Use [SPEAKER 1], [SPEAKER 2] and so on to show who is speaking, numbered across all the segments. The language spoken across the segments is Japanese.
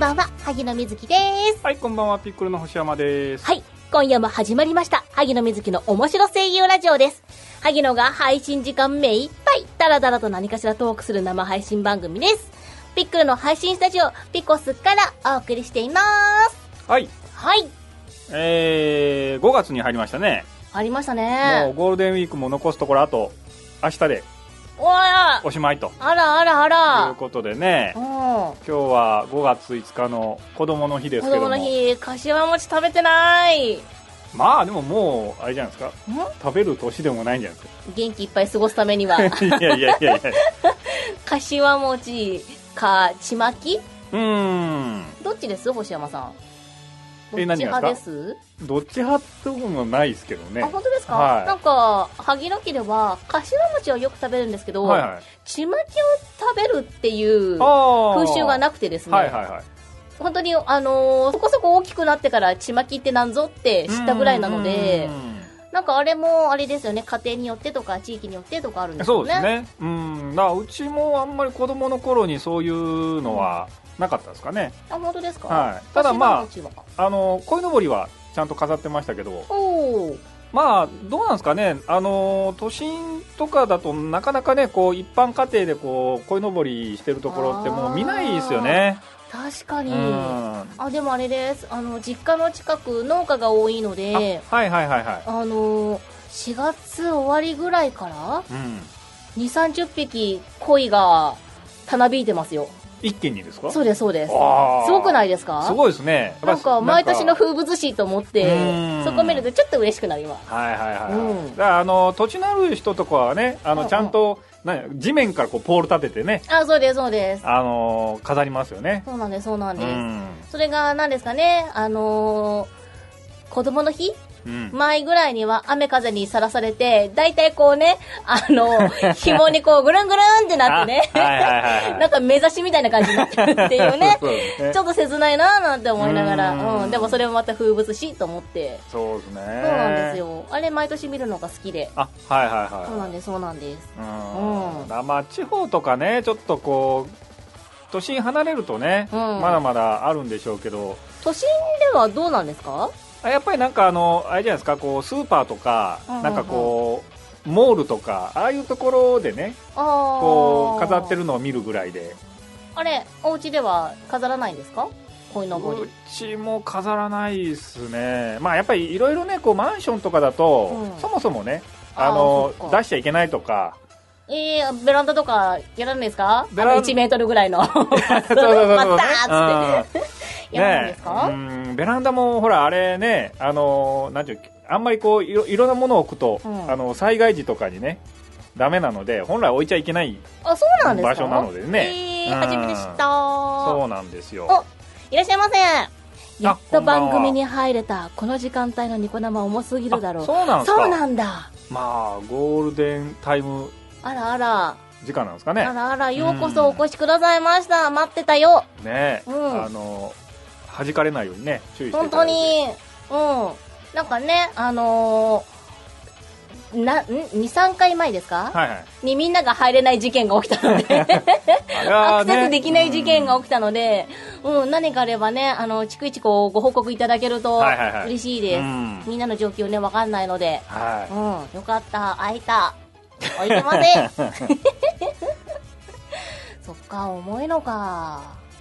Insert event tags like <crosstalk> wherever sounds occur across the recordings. [SPEAKER 1] 萩野瑞希です。
[SPEAKER 2] はい、こんばんは、ピッコロの星山です。
[SPEAKER 1] はい、今夜も始まりました、萩野瑞希の面白声優ラジオです。萩野が配信時間目いっぱい、ダラダラと何かしらトークする生配信番組です。ピックルの配信スタジオ、ピコスからお送りしています。
[SPEAKER 2] はい、
[SPEAKER 1] はい、
[SPEAKER 2] えー、5月に入りましたね。
[SPEAKER 1] ありました
[SPEAKER 2] もう
[SPEAKER 1] ね。
[SPEAKER 2] ゴールデンウィークも残すところあと、明日で
[SPEAKER 1] おら
[SPEAKER 2] おしまいと
[SPEAKER 1] あらあらあ
[SPEAKER 2] い
[SPEAKER 1] ら
[SPEAKER 2] う。ことでね
[SPEAKER 1] う、ん。
[SPEAKER 2] 今日は5月5日の子供の日です
[SPEAKER 1] 子
[SPEAKER 2] けど
[SPEAKER 1] 供
[SPEAKER 2] も。
[SPEAKER 1] の日、柏餅食べてない。ん
[SPEAKER 2] まあでももう、あれじゃないですか、食べる年でもないんじゃない
[SPEAKER 1] 元気いっぱい過ごすため
[SPEAKER 2] <laughs>
[SPEAKER 1] には、
[SPEAKER 2] です
[SPEAKER 1] <laughs>
[SPEAKER 2] か。いやいやいやいや。
[SPEAKER 1] 柏餅か、ちまき
[SPEAKER 2] うーん、
[SPEAKER 1] どっちです星山さん。
[SPEAKER 2] え
[SPEAKER 1] どっ
[SPEAKER 2] 何
[SPEAKER 1] ち
[SPEAKER 2] が
[SPEAKER 1] 派
[SPEAKER 2] で
[SPEAKER 1] ですす
[SPEAKER 2] どっち派ってこともないですけどね。
[SPEAKER 1] あ、本当ですか、
[SPEAKER 2] はい
[SPEAKER 1] なんか、萩野家では、柏餅をよく食べるんですけど、
[SPEAKER 2] はいはい。
[SPEAKER 1] ちまきを食べるっていう
[SPEAKER 2] あ
[SPEAKER 1] 風習が
[SPEAKER 2] な
[SPEAKER 1] なくてですね、
[SPEAKER 2] はいはいはい。
[SPEAKER 1] 本当に、あのーそこそこ大きくなってから、ちまきってなんぞって知ったぐらいなので
[SPEAKER 2] う、ん
[SPEAKER 1] なんかあれも、あれですよね、家庭によってとか、地域によってとかあるんです
[SPEAKER 2] そ
[SPEAKER 1] よ
[SPEAKER 2] う
[SPEAKER 1] ね。
[SPEAKER 2] ですね。うん。だからうちもあんまり子供の頃にそういうのはなかったですかね。
[SPEAKER 1] あ、本当ですか、
[SPEAKER 2] はい。ただま
[SPEAKER 1] 柏餅は
[SPEAKER 2] あ、あの、鯉のぼりはちゃんと飾ってましたけど、
[SPEAKER 1] おー
[SPEAKER 2] まあ、どうなんですかね。あの、都心とかだとなかなかね、こう、一般家庭でこう、鯉のぼりしてるところってもう見ないですよね。
[SPEAKER 1] 確か
[SPEAKER 2] う
[SPEAKER 1] に。
[SPEAKER 2] ん。あ、
[SPEAKER 1] あ、でもあれです。あの、実家の近く、農家が多いので、
[SPEAKER 2] はいはいはいは
[SPEAKER 1] あのー、4月終わりぐらいから
[SPEAKER 2] い。うん。
[SPEAKER 1] 2、30匹鯉がたなびいてますよ。
[SPEAKER 2] 一軒にですか
[SPEAKER 1] そうです、そうです。
[SPEAKER 2] あー
[SPEAKER 1] すごくないですか
[SPEAKER 2] すごいですね。
[SPEAKER 1] なんか毎年の
[SPEAKER 2] 風
[SPEAKER 1] 風物詩と思っ
[SPEAKER 2] う
[SPEAKER 1] て
[SPEAKER 2] ん、
[SPEAKER 1] そこ見るとちょっと嬉しくなります。
[SPEAKER 2] はいはいはい、は
[SPEAKER 1] う
[SPEAKER 2] い
[SPEAKER 1] ん
[SPEAKER 2] だからあの土地のある人とかはねあ
[SPEAKER 1] うんう
[SPEAKER 2] の
[SPEAKER 1] ん
[SPEAKER 2] ちゃんと、なん地面からこうポール立ててね
[SPEAKER 1] あ、そうです、そうです。
[SPEAKER 2] あの飾りますよね
[SPEAKER 1] そうなんです、そうなん
[SPEAKER 2] う
[SPEAKER 1] です。
[SPEAKER 2] ん、
[SPEAKER 1] それが何ですかね、あのー、子供の日
[SPEAKER 2] うん、
[SPEAKER 1] 前ぐらいには雨風にさらされて、大体こうね、あ
[SPEAKER 2] <laughs>
[SPEAKER 1] の、紐にこうぐるんぐるんってなってね、
[SPEAKER 2] あはいはいはいは
[SPEAKER 1] <laughs>
[SPEAKER 2] い
[SPEAKER 1] なんか目指しみたいな感じになってるっていうね
[SPEAKER 2] <laughs> 。そうですね
[SPEAKER 1] ちょっと切ないなぁなんて思いながら、
[SPEAKER 2] うん
[SPEAKER 1] うん、でもそれもまた風物詩と思って、
[SPEAKER 2] そうですねそう
[SPEAKER 1] そうなんですよ。あれ毎年見るのが好きで、
[SPEAKER 2] あはいはいはい
[SPEAKER 1] そうなんです、そうなんです。
[SPEAKER 2] うん
[SPEAKER 1] うん
[SPEAKER 2] だからまあ地方とかねちょっとこう都心離れるとね、
[SPEAKER 1] うん
[SPEAKER 2] まだまだあるんでしょうけど
[SPEAKER 1] 都心ではどうなんですか
[SPEAKER 2] あやっぱりなんかあのあれじゃないですかこうスーパーとか、
[SPEAKER 1] うんうんうん
[SPEAKER 2] なんかこうモールとかああいうところでね
[SPEAKER 1] ああ。
[SPEAKER 2] こう飾って。るのを見るぐらいで
[SPEAKER 1] あれ、お家では飾らないんですか鯉のぼ
[SPEAKER 2] う
[SPEAKER 1] り。
[SPEAKER 2] ちも飾らないですねまあやっぱりいろいろねこうマンションとかだと、
[SPEAKER 1] うん
[SPEAKER 2] そもそもね
[SPEAKER 1] あー
[SPEAKER 2] あの
[SPEAKER 1] そっか
[SPEAKER 2] 出しちゃいけない
[SPEAKER 1] <laughs>
[SPEAKER 2] とか
[SPEAKER 1] えー、ベランダとかやらないですか
[SPEAKER 2] ベ
[SPEAKER 1] あ
[SPEAKER 2] ラン
[SPEAKER 1] の1メートルぐらいの。<laughs>
[SPEAKER 2] <laughs> そうそうそうそう
[SPEAKER 1] また
[SPEAKER 2] <laughs> うん
[SPEAKER 1] <laughs> やらないですか、
[SPEAKER 2] ねうんベランダもほらあれねあのなんていうあんまりこういろいろんなものを置くと、
[SPEAKER 1] うん
[SPEAKER 2] あの災害時とかにねダメなので本来置いちゃいけない
[SPEAKER 1] あ、そうなんですか
[SPEAKER 2] 場所なのでね
[SPEAKER 1] え
[SPEAKER 2] う
[SPEAKER 1] ー、
[SPEAKER 2] ん
[SPEAKER 1] 初めて知った
[SPEAKER 2] そうなんですよ
[SPEAKER 1] おいらっしゃいませやっ
[SPEAKER 2] ことんばんは
[SPEAKER 1] 番組に入れたこの時間帯のニコ生重すぎるだろ
[SPEAKER 2] あ
[SPEAKER 1] う
[SPEAKER 2] そうなんですか
[SPEAKER 1] そうなんだ
[SPEAKER 2] まあゴールデンタイム
[SPEAKER 1] あらあら
[SPEAKER 2] 時間なんですかね
[SPEAKER 1] あらあらようこそお越しくださいました待ってたよ
[SPEAKER 2] ね、
[SPEAKER 1] うん
[SPEAKER 2] あの弾かれないようにね注意してい
[SPEAKER 1] 本
[SPEAKER 2] た
[SPEAKER 1] 当
[SPEAKER 2] だいて
[SPEAKER 1] にうんなんかねあのーな、ん ?2、3回前ですか、
[SPEAKER 2] はいはい
[SPEAKER 1] にみんなが入れない事件が起きたの
[SPEAKER 2] <laughs>
[SPEAKER 1] で、
[SPEAKER 2] あれは
[SPEAKER 1] アクセスできない事件が起
[SPEAKER 2] き
[SPEAKER 1] きたので、うん、何かあればね、あの、逐一こう、ご報告いただけると
[SPEAKER 2] はいはいはい、
[SPEAKER 1] 嬉しいです。みんなの状況ね、わかんないので、う
[SPEAKER 2] は
[SPEAKER 1] ん、よかった、開いた。開いてま
[SPEAKER 2] <laughs>
[SPEAKER 1] せん。そっか、重いのか。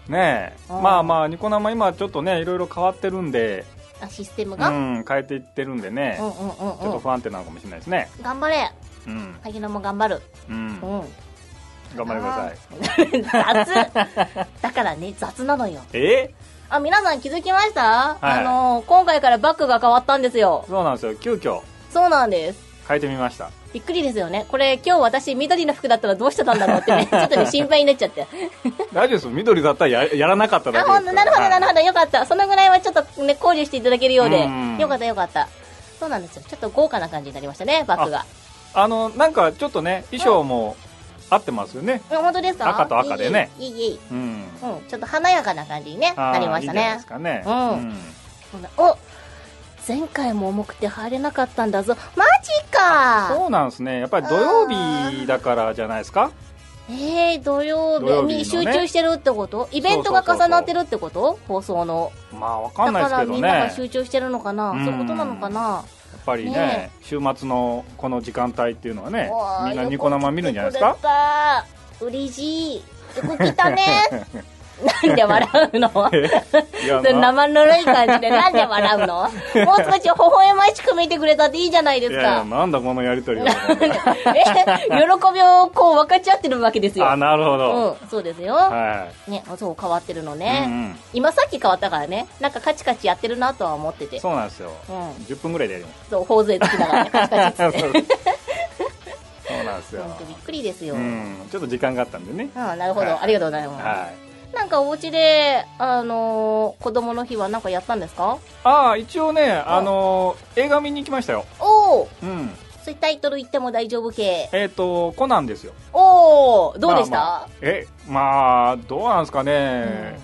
[SPEAKER 2] いねえ
[SPEAKER 1] うん
[SPEAKER 2] まあまあニコ生今ちょっとねいろいろ変わってるんで、
[SPEAKER 1] あ、システム
[SPEAKER 2] う
[SPEAKER 1] が、うん、
[SPEAKER 2] ん、変えていってるんでね、
[SPEAKER 1] うんうん
[SPEAKER 2] ちょっ
[SPEAKER 1] う
[SPEAKER 2] と
[SPEAKER 1] ん。
[SPEAKER 2] 不安定なのかもしれないですね
[SPEAKER 1] 頑張れ。
[SPEAKER 2] うん、
[SPEAKER 1] 萩野も頑張る。
[SPEAKER 2] うん
[SPEAKER 1] うん。
[SPEAKER 2] 頑張ってください <laughs>
[SPEAKER 1] 雑。だからね、雑なのよ。
[SPEAKER 2] え
[SPEAKER 1] あ、皆さん気づきました、
[SPEAKER 2] はい
[SPEAKER 1] あの、今回からバッグが変わったんですよ。
[SPEAKER 2] そうなんですよ急遽
[SPEAKER 1] そうなんです。
[SPEAKER 2] 変えてみました
[SPEAKER 1] びっくりですよね。これ今日私緑の服だったらどうしてたんだろうっ
[SPEAKER 2] <laughs>
[SPEAKER 1] てね、ちょっとね、心配になっちゃって。
[SPEAKER 2] 大丈夫です緑だったらややらなかっただ
[SPEAKER 1] あ、
[SPEAKER 2] けで
[SPEAKER 1] ほ
[SPEAKER 2] す
[SPEAKER 1] んと、なるほど、なるほど、よかった。そのぐらいはちょっとね、考慮していただけるようで
[SPEAKER 2] うん。
[SPEAKER 1] よかった、よかった。そうなんですよ。ちょっと豪華な感じになりましたね、バッグが。
[SPEAKER 2] あのなんかちょっとね衣装も合ってますよね
[SPEAKER 1] うん本当ですか
[SPEAKER 2] 赤と赤でね。
[SPEAKER 1] いい、いい、いい。
[SPEAKER 2] うん
[SPEAKER 1] うん、ちょっと華やかな感じにね、
[SPEAKER 2] あー
[SPEAKER 1] なりました
[SPEAKER 2] いいんじゃないで
[SPEAKER 1] ね
[SPEAKER 2] す。かね
[SPEAKER 1] うんそうだお前回も重くて入れなかったんだぞ。マジか
[SPEAKER 2] そうなんですねやっぱり土曜日だからじゃないですか
[SPEAKER 1] ええー、土曜日
[SPEAKER 2] 土曜日のね
[SPEAKER 1] に集中してるってことイベントが重なってるってこと放送の
[SPEAKER 2] まあわかんな
[SPEAKER 1] だ
[SPEAKER 2] いで
[SPEAKER 1] か
[SPEAKER 2] すけ
[SPEAKER 1] ら
[SPEAKER 2] ど
[SPEAKER 1] み
[SPEAKER 2] ね
[SPEAKER 1] んなが
[SPEAKER 2] やっ
[SPEAKER 1] 集中してるのかな
[SPEAKER 2] うん
[SPEAKER 1] そういうことなのかな
[SPEAKER 2] ぱりね
[SPEAKER 1] ね
[SPEAKER 2] 週末のこの時間帯っていうのはね
[SPEAKER 1] わあ
[SPEAKER 2] みんなニコ生見るんじゃないですか
[SPEAKER 1] よく来てくれた嬉しいよく来たね
[SPEAKER 2] <laughs>
[SPEAKER 1] なんで笑うの
[SPEAKER 2] いやな
[SPEAKER 1] 生ぬるい感じでなんで笑う
[SPEAKER 2] <laughs>
[SPEAKER 1] のもう少し微笑ましく見てくれたっていいじゃないで
[SPEAKER 2] い
[SPEAKER 1] す
[SPEAKER 2] やいや
[SPEAKER 1] か
[SPEAKER 2] なんだこのやりとりは
[SPEAKER 1] え喜びをこう分かち合ってるわけですよ
[SPEAKER 2] あなるほど、
[SPEAKER 1] うん、そうですよ、
[SPEAKER 2] は
[SPEAKER 1] ねそう変わってるの
[SPEAKER 2] い、
[SPEAKER 1] ね、
[SPEAKER 2] うんうん
[SPEAKER 1] 今さっき変わったからねなんかカチカチやってるなとは思ってて
[SPEAKER 2] そうなんですよ
[SPEAKER 1] うん
[SPEAKER 2] 10分ぐらいでやります
[SPEAKER 1] そう頬杖つきながらねカチカチ <laughs>
[SPEAKER 2] そうそうなんですよ
[SPEAKER 1] 本当びっくりですよ、
[SPEAKER 2] う
[SPEAKER 1] うん、
[SPEAKER 2] んちょっと時間があったんでね
[SPEAKER 1] なるほ
[SPEAKER 2] はい
[SPEAKER 1] どありがとうございます、
[SPEAKER 2] はい
[SPEAKER 1] なんかお家であのー子供の日はなんかやったんですか
[SPEAKER 2] ああ一応ねあのー映画見に行きましたよ
[SPEAKER 1] おお
[SPEAKER 2] うん
[SPEAKER 1] そういうタイトル言っても大丈夫系
[SPEAKER 2] えっ、とコナンですよ
[SPEAKER 1] おおどうでした、
[SPEAKER 2] まあまあえまあどうなんですかね、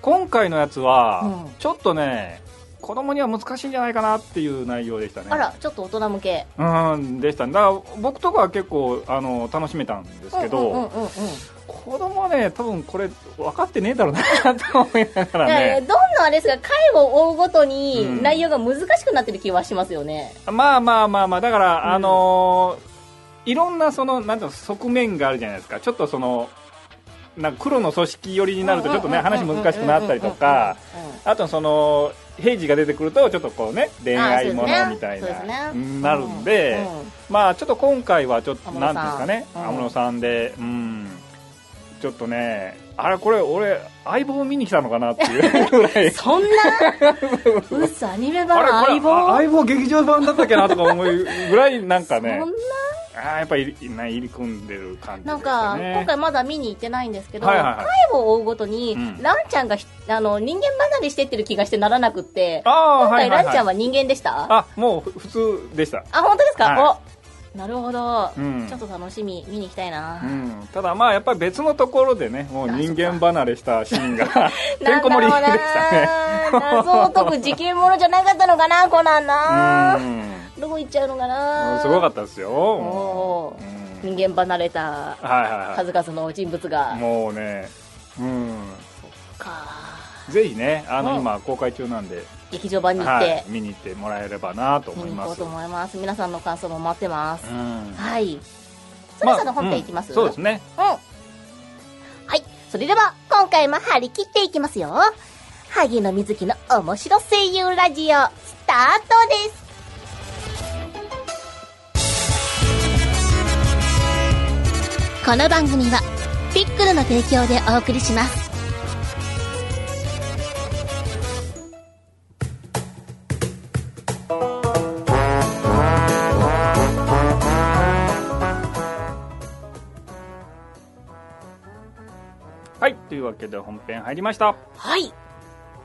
[SPEAKER 2] 今回のやつは、
[SPEAKER 1] うん
[SPEAKER 2] ちょっとね子供には難しいんじゃないかなっていう内容でしたね
[SPEAKER 1] あらちょっと大人向け
[SPEAKER 2] うんでしたねだから僕とかは結構あの楽しめたんですけど、
[SPEAKER 1] うんうんうんうん
[SPEAKER 2] 子供はね多分これ分かってねえだろうなと思いながら
[SPEAKER 1] いやいや
[SPEAKER 2] ね
[SPEAKER 1] どんどんあれですが回を追うごとに
[SPEAKER 2] うん
[SPEAKER 1] 内容が難しくなってる気はしますよね、
[SPEAKER 2] まあまあまあまあだから、
[SPEAKER 1] うん
[SPEAKER 2] あのーいろんなそのなんていうの側面があるじゃないですかちょっとそのなんか黒の組織寄りになるとちょっとね
[SPEAKER 1] うんうんうん
[SPEAKER 2] 話難しくなったりとか、
[SPEAKER 1] うんうん
[SPEAKER 2] あとその平時が出てくるとちょっとこうね恋愛ものみた
[SPEAKER 1] あー
[SPEAKER 2] い
[SPEAKER 1] そうですね
[SPEAKER 2] な、
[SPEAKER 1] そうですね
[SPEAKER 2] なるんで、
[SPEAKER 1] うんうん
[SPEAKER 2] まあちょっと今回はちょっと
[SPEAKER 1] 安室
[SPEAKER 2] な
[SPEAKER 1] さ
[SPEAKER 2] ん
[SPEAKER 1] ん
[SPEAKER 2] ていうんですかね
[SPEAKER 1] うん
[SPEAKER 2] 安室、さんでうんちょっとねあれこれ俺相棒見に来たのかなって
[SPEAKER 1] <laughs>
[SPEAKER 2] いうぐらい
[SPEAKER 1] そんな
[SPEAKER 2] <laughs>
[SPEAKER 1] 嘘アニメ
[SPEAKER 2] あ
[SPEAKER 1] 版相
[SPEAKER 2] れこれ
[SPEAKER 1] 棒
[SPEAKER 2] あ相棒劇場版だったっけなとか思うぐらいなんか
[SPEAKER 1] そん
[SPEAKER 2] ね
[SPEAKER 1] な
[SPEAKER 2] あーやっぱり入り入り込んでる感じで
[SPEAKER 1] なん
[SPEAKER 2] した
[SPEAKER 1] か、
[SPEAKER 2] ね
[SPEAKER 1] 今回まだ見に行ってないんですけど、
[SPEAKER 2] は
[SPEAKER 1] 回
[SPEAKER 2] いはいはい
[SPEAKER 1] を追うごとに、
[SPEAKER 2] うん
[SPEAKER 1] ランちゃんがひあの人間離れしてってる気がしてならなくって、
[SPEAKER 2] あ
[SPEAKER 1] 今
[SPEAKER 2] ーはい
[SPEAKER 1] 回
[SPEAKER 2] は
[SPEAKER 1] ラ
[SPEAKER 2] いは
[SPEAKER 1] ン
[SPEAKER 2] い
[SPEAKER 1] ちゃんは人間でした、あ
[SPEAKER 2] あもうふ普通でした
[SPEAKER 1] 本当ですか、
[SPEAKER 2] は
[SPEAKER 1] おなるほど、
[SPEAKER 2] うん
[SPEAKER 1] ちょっと楽しみ、見に行きたいな。
[SPEAKER 2] うん、ただまあやっぱり別のところでねもう人間離れしたシーンがて
[SPEAKER 1] なん
[SPEAKER 2] んこ
[SPEAKER 1] だろ
[SPEAKER 2] 盛り
[SPEAKER 1] う
[SPEAKER 2] で
[SPEAKER 1] な
[SPEAKER 2] したね
[SPEAKER 1] 謎を解く事件ものじゃなかったのかな、コナン <laughs> な。
[SPEAKER 2] う
[SPEAKER 1] どこ行っちゃうのか
[SPEAKER 2] ん
[SPEAKER 1] な。
[SPEAKER 2] すごか
[SPEAKER 1] っ
[SPEAKER 2] ったですよ、
[SPEAKER 1] お
[SPEAKER 2] う
[SPEAKER 1] ー
[SPEAKER 2] ん、
[SPEAKER 1] 人間離れた
[SPEAKER 2] はいはい
[SPEAKER 1] 数々の人物
[SPEAKER 2] は
[SPEAKER 1] が
[SPEAKER 2] い。もうねうん
[SPEAKER 1] か
[SPEAKER 2] ぜひねあの、
[SPEAKER 1] うん
[SPEAKER 2] 今公開中なんで、
[SPEAKER 1] 劇場版に行っ
[SPEAKER 2] は
[SPEAKER 1] て、
[SPEAKER 2] い、見に行ってもらえればなと思
[SPEAKER 1] 見
[SPEAKER 2] い
[SPEAKER 1] に行こ
[SPEAKER 2] ま
[SPEAKER 1] う
[SPEAKER 2] す
[SPEAKER 1] と思います。皆さんの感想も待ってます。
[SPEAKER 2] うん
[SPEAKER 1] はい。それぞれの本編いきます、
[SPEAKER 2] まあうんそうですね
[SPEAKER 1] うん。はい。それでは、今回も張り切っていきますよ。萩野瑞希の面白声優ラジオ、スタートです。この番組は、ピックルの提供でお送りします。
[SPEAKER 2] はいというわけで本編入りました
[SPEAKER 1] はい。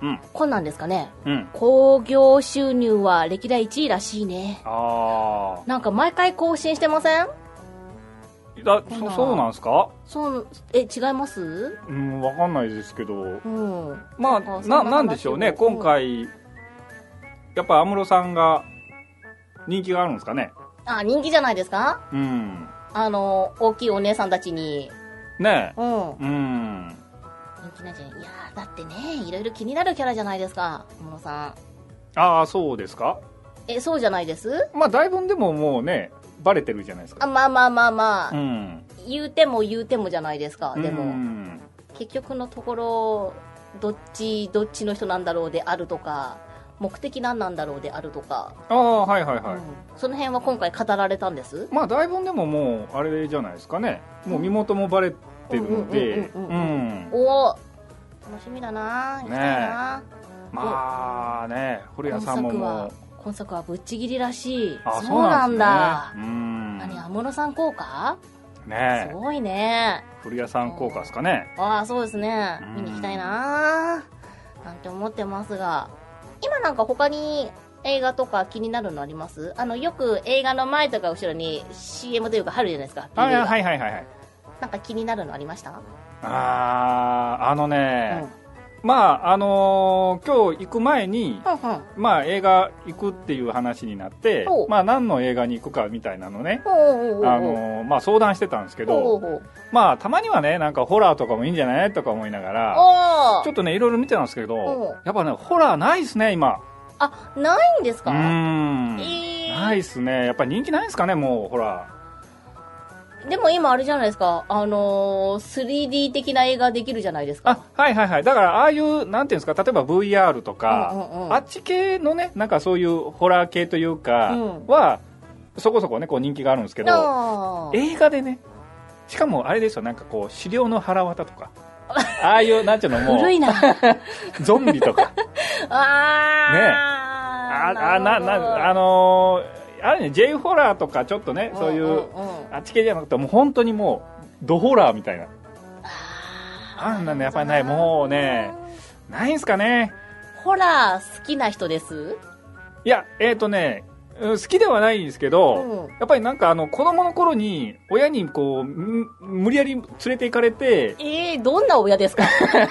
[SPEAKER 2] うん
[SPEAKER 1] こんなんですかね。
[SPEAKER 2] うん
[SPEAKER 1] 興行収入は歴代1位らしいね。
[SPEAKER 2] あ
[SPEAKER 1] なんか毎回更新してません
[SPEAKER 2] あだ
[SPEAKER 1] そう
[SPEAKER 2] そ
[SPEAKER 1] な
[SPEAKER 2] そうなんですか
[SPEAKER 1] そう、え、違います
[SPEAKER 2] うんわかんないですけど
[SPEAKER 1] うん。な
[SPEAKER 2] ま
[SPEAKER 1] ん
[SPEAKER 2] あ
[SPEAKER 1] か
[SPEAKER 2] な
[SPEAKER 1] そんな
[SPEAKER 2] なんでしょうね
[SPEAKER 1] 話を
[SPEAKER 2] 今回やっぱ安室さんが人気があるんですかね
[SPEAKER 1] あ、人気じゃないですか
[SPEAKER 2] うん
[SPEAKER 1] あの、大きいお姉さんたちに。
[SPEAKER 2] ね
[SPEAKER 1] うん。人
[SPEAKER 2] えうん
[SPEAKER 1] 気なんじゃないいやーだってね、いろいろ気になるキャラじゃないですか、小野さん。
[SPEAKER 2] ああそうですか
[SPEAKER 1] え、そうじゃないです
[SPEAKER 2] まあだいぶんでももうねバレてるじゃないです
[SPEAKER 1] あ、
[SPEAKER 2] か
[SPEAKER 1] まあまあまあまあ、
[SPEAKER 2] うん
[SPEAKER 1] 言うても言うてもじゃないですか。でも、
[SPEAKER 2] うん
[SPEAKER 1] 結局のところ、どっち、どっちの人なんだろうであるとか、目的何なんだろうであるとか、
[SPEAKER 2] ああはいはいはい、
[SPEAKER 1] うんその辺は今回語られたんです
[SPEAKER 2] まあだいぶんでももうあれじゃないですかねもう身元もバレてるので
[SPEAKER 1] うんうんうんうん
[SPEAKER 2] う
[SPEAKER 1] うん
[SPEAKER 2] ん
[SPEAKER 1] おお楽しみだな行きたいな、
[SPEAKER 2] まあね古
[SPEAKER 1] 今
[SPEAKER 2] 谷さんも
[SPEAKER 1] 作
[SPEAKER 2] も
[SPEAKER 1] は
[SPEAKER 2] う
[SPEAKER 1] 今作はぶっちぎりらしい
[SPEAKER 2] あ
[SPEAKER 1] そうなんだ
[SPEAKER 2] そうなんです
[SPEAKER 1] 何
[SPEAKER 2] ね
[SPEAKER 1] 安室さん効果、
[SPEAKER 2] うんね
[SPEAKER 1] す
[SPEAKER 2] え
[SPEAKER 1] ごいね
[SPEAKER 2] 古谷さん効果ですかね
[SPEAKER 1] ああそうですね見に行きたいななんて思ってますが今なんか他に映画とか気になるのありますあのよく映画の前とか後ろに CM というか入るじゃないですか
[SPEAKER 2] あ
[SPEAKER 1] PV が
[SPEAKER 2] はいはいはいはい
[SPEAKER 1] なんか気になるのありました、
[SPEAKER 2] あーあのね、
[SPEAKER 1] う
[SPEAKER 2] まああのー今日行く前に、
[SPEAKER 1] はあは
[SPEAKER 2] まあ映画行くっていう話になって
[SPEAKER 1] おう、
[SPEAKER 2] まあ何の映画に行くかみたいなのね、
[SPEAKER 1] あほうほうほうほう
[SPEAKER 2] あのーまあ相談してたんですけ
[SPEAKER 1] ほう
[SPEAKER 2] ど、
[SPEAKER 1] ほうほう
[SPEAKER 2] まあたまにはね、なんかホラーとかもいいんじゃないとか思いながら、
[SPEAKER 1] あ
[SPEAKER 2] ちょっとね、いろいろ見てたんですけ
[SPEAKER 1] おう
[SPEAKER 2] ど、やっぱね、ホラーないですね、今。
[SPEAKER 1] ーあないんです
[SPEAKER 2] うー
[SPEAKER 1] か
[SPEAKER 2] ん。
[SPEAKER 1] えー
[SPEAKER 2] ないですね。やっぱり人気ないですかね、もう、ホラー。
[SPEAKER 1] でも今あれじゃないですか、あのー、3D 的な映画できるじゃないですか。
[SPEAKER 2] あ、はいはいはい。だから、ああいう、なんていうんですか、例えば VR と
[SPEAKER 1] う
[SPEAKER 2] か、
[SPEAKER 1] んうんうん
[SPEAKER 2] あっち系のね、なんかそういうホラー系というか
[SPEAKER 1] うん、
[SPEAKER 2] は、そこそこね、こう人気があるんですけど、
[SPEAKER 1] あー
[SPEAKER 2] 映画でねしかもあれですよなんかこう資料の腹渡とか <laughs> ああいうなんていうのも
[SPEAKER 1] 古いうな。
[SPEAKER 2] ゾンビ
[SPEAKER 1] <laughs>
[SPEAKER 2] とか
[SPEAKER 1] あ
[SPEAKER 2] あ
[SPEAKER 1] ー
[SPEAKER 2] あななあのーあれね J ホラーとかちょっとねそうい
[SPEAKER 1] ん
[SPEAKER 2] うん
[SPEAKER 1] うん
[SPEAKER 2] あっち系じゃなくてもう本当にもうドホラーみたいなあんなのやっぱりないもうねないんすかね
[SPEAKER 1] ホラー好きな人です
[SPEAKER 2] いやえっ、とねうん好きではないんですけど、
[SPEAKER 1] うん
[SPEAKER 2] やっぱりなんかあの子供の頃に親にこうむ無理やり連れて行かれて
[SPEAKER 1] えー、どんな親ですか <laughs>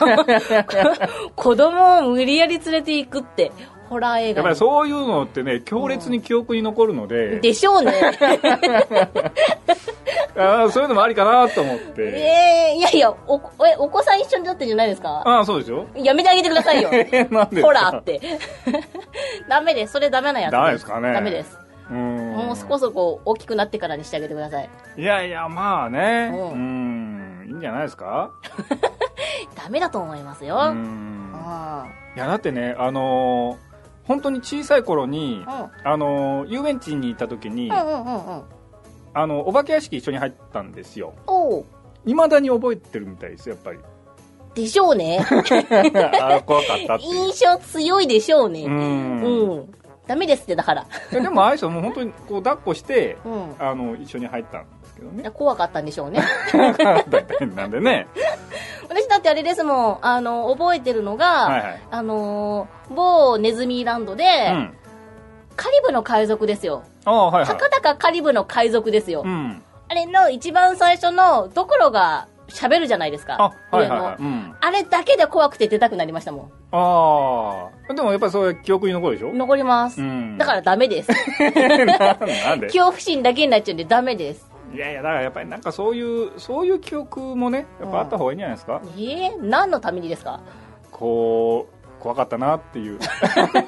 [SPEAKER 1] 子供を無理やり連れていくって、ホラー映
[SPEAKER 2] や
[SPEAKER 1] 画に
[SPEAKER 2] っぱりそういうのってね強烈に記憶に残るので、
[SPEAKER 1] でしょうね。
[SPEAKER 2] あーそういうのもありかなと思っ
[SPEAKER 1] え
[SPEAKER 2] て。
[SPEAKER 1] ー、いやいやお、 <laughs> え、お子さん一緒になってんじゃないですか
[SPEAKER 2] ああ、そうですよ。
[SPEAKER 1] やめてあげてくださいよ。
[SPEAKER 2] <laughs> なんで
[SPEAKER 1] ホラーって。 <laughs> ダメです。それダメなやつ。
[SPEAKER 2] ダメですかね
[SPEAKER 1] ダメです。
[SPEAKER 2] うーん。
[SPEAKER 1] もうそこそこ大きくなってからにしてあげてください。
[SPEAKER 2] いやいや、まあね。
[SPEAKER 1] う
[SPEAKER 2] うんーん。いいんじゃないですか
[SPEAKER 1] ダメだと思います
[SPEAKER 2] うー
[SPEAKER 1] よ。
[SPEAKER 2] ん。
[SPEAKER 1] あ
[SPEAKER 2] いや、だってね、あのー本当に小さい頃に、
[SPEAKER 1] あ
[SPEAKER 2] あのー遊園地に行った時に、
[SPEAKER 1] うんうんうんうんうん。
[SPEAKER 2] あの、お化け屋敷一緒に入ったんですよ。
[SPEAKER 1] おう。
[SPEAKER 2] いまだに覚えてるみたいです、やっぱり。
[SPEAKER 1] でしょうね。
[SPEAKER 2] ああ、怖かったっていう。
[SPEAKER 1] 印象強いでしょう
[SPEAKER 2] う。
[SPEAKER 1] ね。うんん。ダメですって、だから。
[SPEAKER 2] ででも、ああいう人も本当に、こう、抱っこして、
[SPEAKER 1] うん。
[SPEAKER 2] あの、一緒に入ったんですけど <laughs>
[SPEAKER 1] い
[SPEAKER 2] ね。
[SPEAKER 1] や怖かったんでしょうね。
[SPEAKER 2] 大体なんでね。
[SPEAKER 1] 私だってあれですもん、あの、覚えてるのが、
[SPEAKER 2] はいはい。
[SPEAKER 1] あのー、某ネズミランドで、
[SPEAKER 2] うん。
[SPEAKER 1] カリブの海賊ですよ。
[SPEAKER 2] ああ、はいはい
[SPEAKER 1] た。かだかカリブの海賊ですよ。
[SPEAKER 2] うん。
[SPEAKER 1] あれの一番最初のドクロが喋るじゃないですか
[SPEAKER 2] あ。、はいはい
[SPEAKER 1] 上
[SPEAKER 2] は
[SPEAKER 1] の
[SPEAKER 2] い。うん。
[SPEAKER 1] あれだけで怖くて出たくなりましたも
[SPEAKER 2] ああ。でもやっぱりそれ記憶に残るでしょ
[SPEAKER 1] ん。残ります。
[SPEAKER 2] うん。
[SPEAKER 1] だからダメ
[SPEAKER 2] <laughs>
[SPEAKER 1] です。
[SPEAKER 2] ら、なんで
[SPEAKER 1] 恐怖心だけになっちゃうんでダメです。
[SPEAKER 2] いやいや、だからやっぱりなんかそういう、そういう記憶もね、やっぱあった方がいいんじゃないですか
[SPEAKER 1] えー、何のためにですか
[SPEAKER 2] こう、怖かったなっていう。
[SPEAKER 1] なん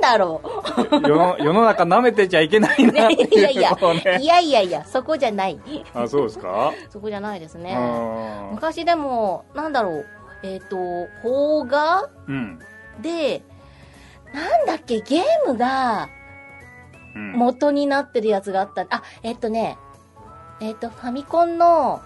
[SPEAKER 1] だろ。
[SPEAKER 2] <laughs> 世の世の中舐めてちゃいけないうなって
[SPEAKER 1] いやい
[SPEAKER 2] い
[SPEAKER 1] や
[SPEAKER 2] うこう、
[SPEAKER 1] い
[SPEAKER 2] ね。
[SPEAKER 1] やいやいや、そこじゃない。
[SPEAKER 2] あ、そうですか
[SPEAKER 1] そこじゃないです
[SPEAKER 2] う
[SPEAKER 1] ね。
[SPEAKER 2] ん。
[SPEAKER 1] 昔でも、なんだろう、えっ、と、邦画
[SPEAKER 2] うん。
[SPEAKER 1] で、なんだっけ、ゲームが
[SPEAKER 2] うん
[SPEAKER 1] 元になってるやつがあった。あ、えっ、とね、えっ、と、ファミコンの、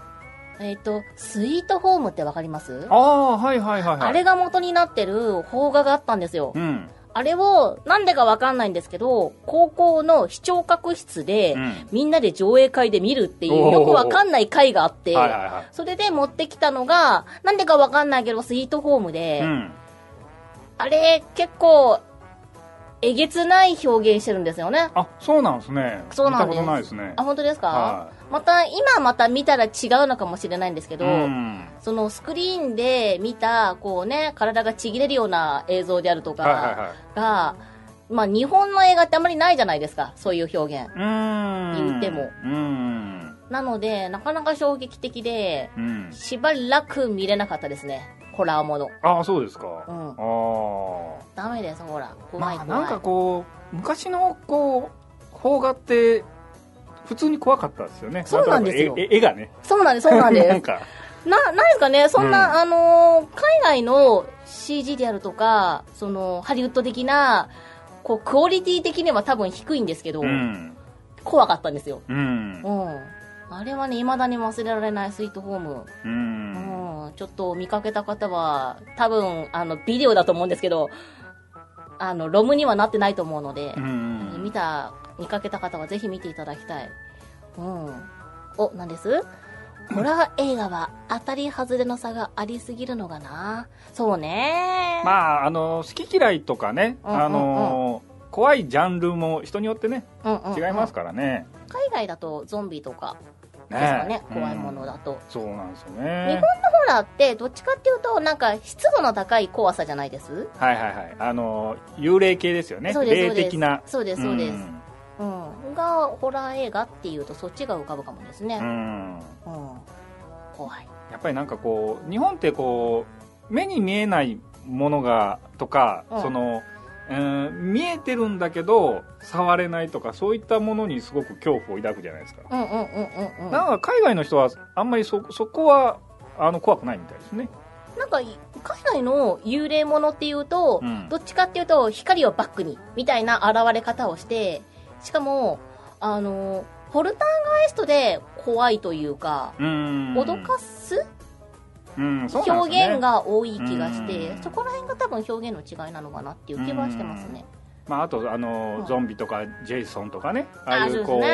[SPEAKER 1] えっ、と、スイートホームってわかります
[SPEAKER 2] ああ、はいはいはいはい。
[SPEAKER 1] あれが元になってる邦画があったんですよ。
[SPEAKER 2] うん。
[SPEAKER 1] あれを、なんでかわかんないんですけど、高校の視聴覚室で、
[SPEAKER 2] うん。
[SPEAKER 1] みんなで上映会で見るってい
[SPEAKER 2] お
[SPEAKER 1] う、
[SPEAKER 2] ー
[SPEAKER 1] よくわかんない回があって、
[SPEAKER 2] はいはいは
[SPEAKER 1] それで持ってきたのが、なんでかわかんないけど、スイートホームで、
[SPEAKER 2] い。うん。
[SPEAKER 1] あれ、結構、えげつない表現してるんですよね。
[SPEAKER 2] あ、そうなんですね。
[SPEAKER 1] そうなんです
[SPEAKER 2] 見たことないですね
[SPEAKER 1] あ、。本当ですか、
[SPEAKER 2] は
[SPEAKER 1] また、今また見たら違うのかもしれないんですけ
[SPEAKER 2] い。う
[SPEAKER 1] ど、
[SPEAKER 2] ん。
[SPEAKER 1] そのスクリーンで見た、こうね、体がちぎれるような映像であるとか
[SPEAKER 2] はい
[SPEAKER 1] が、
[SPEAKER 2] はいはい。
[SPEAKER 1] まあ日本の映画ってあんまりないじゃないですか、そういう表現。
[SPEAKER 2] うーん
[SPEAKER 1] 言うても。
[SPEAKER 2] うーん。
[SPEAKER 1] なので、なかなか衝撃的で、
[SPEAKER 2] うん。
[SPEAKER 1] しばらく見れなかったですね。ホラーもの。
[SPEAKER 2] ああ、そうです
[SPEAKER 1] う
[SPEAKER 2] か。
[SPEAKER 1] ん。
[SPEAKER 2] あ
[SPEAKER 1] ダメです、ほら。
[SPEAKER 2] あ。
[SPEAKER 1] 怖い
[SPEAKER 2] まあ、
[SPEAKER 1] 怖い。
[SPEAKER 2] なんかこう、昔のこう、邦画って、普通に怖かったですよね。
[SPEAKER 1] そうなんですよ
[SPEAKER 2] まあええ絵がね。
[SPEAKER 1] そうなんです、そうなん
[SPEAKER 2] な <laughs>
[SPEAKER 1] で
[SPEAKER 2] んか、
[SPEAKER 1] す。な、なんですかね、そんな、
[SPEAKER 2] うん
[SPEAKER 1] あのー海外の CG であるとか、その、ハリウッド的な、こう、クオリティ的には多分低いんですけど、
[SPEAKER 2] うん。
[SPEAKER 1] 怖かったんですよ。
[SPEAKER 2] うん
[SPEAKER 1] う。ん。あれはね、未だに忘れられないスイートホーム。
[SPEAKER 2] うん。
[SPEAKER 1] うん、ちょっと見かけた方は、多分、あの、ビデオだと思うんですけど、あの、ロムにはなってないと思うので
[SPEAKER 2] う、ん
[SPEAKER 1] 見た、見かけた方はぜひ見ていただきたい。うん。お、なんですホラー映画は当たり外れの差がありすぎるのがな。そうね。
[SPEAKER 2] まあ、あの、好き嫌いとかね、
[SPEAKER 1] うんうんうん
[SPEAKER 2] あの、怖いジャンルも人によってね、
[SPEAKER 1] うんうんうん
[SPEAKER 2] 違いますからね。
[SPEAKER 1] 海外だとゾンビとかですか
[SPEAKER 2] ね
[SPEAKER 1] ね、怖いものだと。
[SPEAKER 2] そうなんですよ
[SPEAKER 1] 日
[SPEAKER 2] ね
[SPEAKER 1] 本。のホラーってどっちかっていうとなんか湿度の高い怖さじゃないです
[SPEAKER 2] はいはいはいあの幽霊系ですよね
[SPEAKER 1] そうです
[SPEAKER 2] 霊的な
[SPEAKER 1] そうですそうです
[SPEAKER 2] ん
[SPEAKER 1] うん、がホラー映画っていうとそっちが浮かぶかもです
[SPEAKER 2] う
[SPEAKER 1] ね、
[SPEAKER 2] ん
[SPEAKER 1] うん怖い
[SPEAKER 2] やっぱりなんかこう日本ってこう目に見えないものがとか、
[SPEAKER 1] うん
[SPEAKER 2] その、うん、見えてるんだけど触れないとかそういったものにすごく恐怖を抱くじゃないですか、
[SPEAKER 1] うんうんうんうんうん
[SPEAKER 2] なんか海外の人はあんまりそそこはあの怖くないみたいですね、
[SPEAKER 1] なんかい海外の幽霊ものっていうと、
[SPEAKER 2] うん
[SPEAKER 1] どっちかっていうと光をバックにみたいな現れ方をしてしかもあのポルターガイストで怖いというか
[SPEAKER 2] うん
[SPEAKER 1] 脅かす
[SPEAKER 2] うんそうなんですよね
[SPEAKER 1] 表現が多い気がして、
[SPEAKER 2] うん
[SPEAKER 1] そこら辺が多分表現の違いなのかなっていう気はしてますね。
[SPEAKER 2] まあ、あとあの、
[SPEAKER 1] うん
[SPEAKER 2] ゾンビとかジェイソンとかねあ
[SPEAKER 1] あ
[SPEAKER 2] あ
[SPEAKER 1] あそう
[SPEAKER 2] いう
[SPEAKER 1] です
[SPEAKER 2] こう
[SPEAKER 1] ね。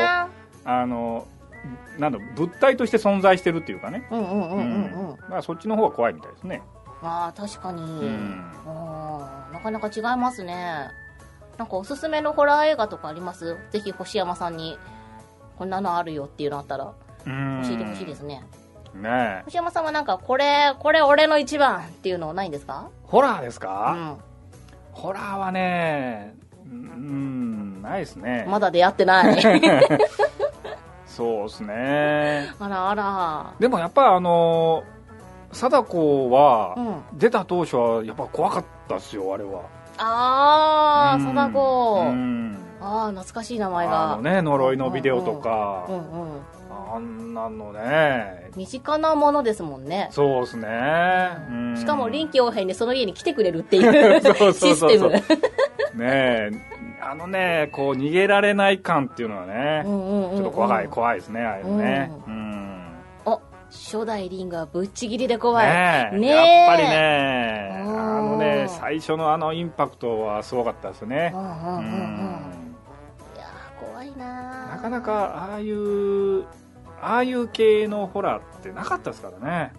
[SPEAKER 2] あのなんだろう物体として存在してるっていうかね、
[SPEAKER 1] うんうんうんうんうん。
[SPEAKER 2] まあ、そっちの方が怖いみたいですね、
[SPEAKER 1] ああ確かに。
[SPEAKER 2] うん
[SPEAKER 1] あーなかなか違いますねなんかおすすめのホラー映画とかありますぜひ星山さんにこんなのあるよっていうのあったら
[SPEAKER 2] うん
[SPEAKER 1] 教えてほしいですね、
[SPEAKER 2] ねえ
[SPEAKER 1] 星山さんはなんかこれこれ俺の一番っていうのないんですか
[SPEAKER 2] ホラーです
[SPEAKER 1] う
[SPEAKER 2] か、
[SPEAKER 1] ん
[SPEAKER 2] ホラーはねうーんないですね、
[SPEAKER 1] まだ出会ってない
[SPEAKER 2] <laughs> そうですね
[SPEAKER 1] あらあら
[SPEAKER 2] でもやっぱりあの貞子は、
[SPEAKER 1] うん
[SPEAKER 2] 出た当初はやっぱ怖かったですよあれは
[SPEAKER 1] ああ
[SPEAKER 2] うん
[SPEAKER 1] 貞子、
[SPEAKER 2] うん
[SPEAKER 1] ああ懐かしい名前
[SPEAKER 2] あ
[SPEAKER 1] が、
[SPEAKER 2] のね呪いのビデオとか、
[SPEAKER 1] うんうん
[SPEAKER 2] あんなのね
[SPEAKER 1] 身近なものですもんね
[SPEAKER 2] そうですね、うん
[SPEAKER 1] しかも臨機応変にその家に来てくれるっていう
[SPEAKER 2] <laughs> そうそう
[SPEAKER 1] シ
[SPEAKER 2] そ
[SPEAKER 1] ス
[SPEAKER 2] う
[SPEAKER 1] テ
[SPEAKER 2] そ
[SPEAKER 1] ム
[SPEAKER 2] うねえあのねこう逃げられない感っていうのは <laughs> ね、ち
[SPEAKER 1] ょ
[SPEAKER 2] ょっと怖い怖いですねあれねうん
[SPEAKER 1] お初代リングはぶっちぎりで怖い、
[SPEAKER 2] ねえ
[SPEAKER 1] ねえ
[SPEAKER 2] やっぱりねあ
[SPEAKER 1] うん
[SPEAKER 2] のね最初のあのインパクトはすごかったですね
[SPEAKER 1] うんうん
[SPEAKER 2] う
[SPEAKER 1] うんうん
[SPEAKER 2] ん
[SPEAKER 1] いやー怖いなー
[SPEAKER 2] なかなかああいうああいう系のホラーってなかったですからね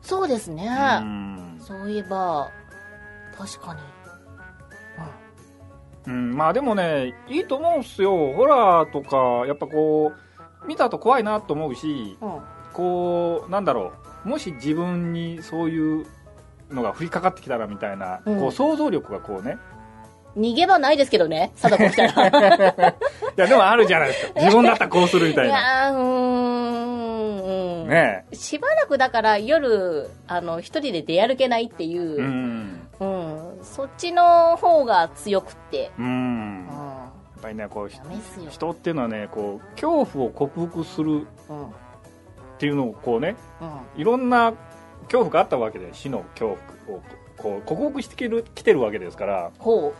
[SPEAKER 1] そうですね、
[SPEAKER 2] うん
[SPEAKER 1] そういえば確かに
[SPEAKER 2] うん、まあでもね、いいと思うんすよ。ホラーとか、やっぱこう、見た後怖いなと思うし、
[SPEAKER 1] うん、うん、
[SPEAKER 2] こう、なんだろう、もし自分にそういうのが降りかかってきたらみたいな、
[SPEAKER 1] うん
[SPEAKER 2] こう想像力がこうね、
[SPEAKER 1] 逃げ場ないですけどね貞子来た <laughs> ら
[SPEAKER 2] いやでもあるじゃないですか。自分だったらこうするみた
[SPEAKER 1] い
[SPEAKER 2] いな。
[SPEAKER 1] やーうーんうん
[SPEAKER 2] ね
[SPEAKER 1] しばらくだから夜あの一人で出歩けないってい
[SPEAKER 2] え。う
[SPEAKER 1] う、
[SPEAKER 2] ん。
[SPEAKER 1] うんそっちの方が強くって、
[SPEAKER 2] う
[SPEAKER 1] う
[SPEAKER 2] ん。
[SPEAKER 1] ん、
[SPEAKER 2] や
[SPEAKER 1] や
[SPEAKER 2] っぱりね、こう、ひ
[SPEAKER 1] めっすよ、
[SPEAKER 2] 人っていうのはね、こう、恐怖を克服する
[SPEAKER 1] うんうん、
[SPEAKER 2] っていうのをこうね、いろんな恐怖があったわけで、死の恐怖をこう、克服してきてる来てるわけですから、
[SPEAKER 1] ほう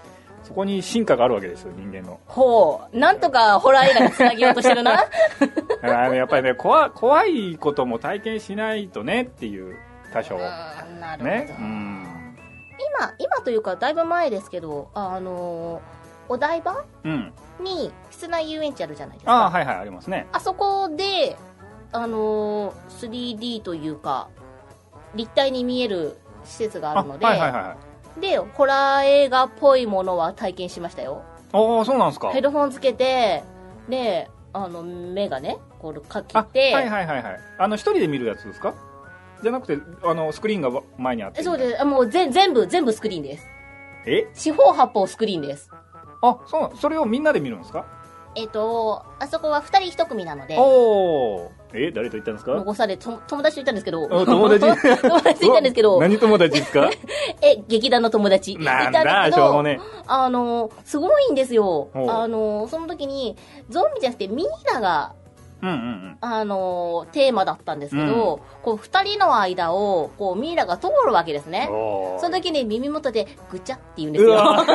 [SPEAKER 2] そこに進化があるわけですよ人間の
[SPEAKER 1] ほう。なんとかホラー映画につなげようとしてる <laughs> な。
[SPEAKER 2] だからあのやっぱりね怖怖いことも体験しないとねっていう多少
[SPEAKER 1] うんなるほど。
[SPEAKER 2] ねうん
[SPEAKER 1] 今、今というかだいぶ前ですけど、あのーお台場
[SPEAKER 2] うん
[SPEAKER 1] に室内遊園地あるじゃないですか。
[SPEAKER 2] ああ
[SPEAKER 1] あ,、
[SPEAKER 2] はいはいありますね
[SPEAKER 1] そこで、あのー 3D というか、立体に見える施設があ
[SPEAKER 2] あ
[SPEAKER 1] るの
[SPEAKER 2] はい
[SPEAKER 1] で、
[SPEAKER 2] はいはいはい
[SPEAKER 1] で、ホラー映画っぽいものは体験しましたよ。
[SPEAKER 2] ああそうなんですか
[SPEAKER 1] ヘッドホンつけて、で、あの、目がね、こうかけ
[SPEAKER 2] あはい
[SPEAKER 1] て、
[SPEAKER 2] はいはいはいあの一人で見るやつですかじゃなくてあのスクリーンがわ前にあって
[SPEAKER 1] えそうです。あもうぜ全部、全部スクリーンです。
[SPEAKER 2] え
[SPEAKER 1] 四方八方スクリーンです。
[SPEAKER 2] あそうなんそれをみんなで見るんですか
[SPEAKER 1] えっ、と、あそこは二人一組なので、
[SPEAKER 2] おおえ誰と行ったんですか
[SPEAKER 1] 残され、と友達といたんですけど、
[SPEAKER 2] お友達
[SPEAKER 1] <laughs> 友達といたんですけど
[SPEAKER 2] <laughs> お、何友達です
[SPEAKER 1] <laughs>
[SPEAKER 2] か
[SPEAKER 1] え、劇団の友達いた
[SPEAKER 2] なん
[SPEAKER 1] んです
[SPEAKER 2] だ
[SPEAKER 1] け
[SPEAKER 2] しょうも
[SPEAKER 1] ど、
[SPEAKER 2] ね
[SPEAKER 1] あの、すごいんですよ。
[SPEAKER 2] ほう
[SPEAKER 1] あの、その時に、ゾンビじゃなくてミイラが、
[SPEAKER 2] うんうんうん
[SPEAKER 1] あの、テーマだったんですけど、こう、二人の間を、こう、ミイラが通るわけですね。
[SPEAKER 2] おー
[SPEAKER 1] その時に耳元で、ぐちゃって言うんです
[SPEAKER 2] うわ
[SPEAKER 1] よ。 <laughs>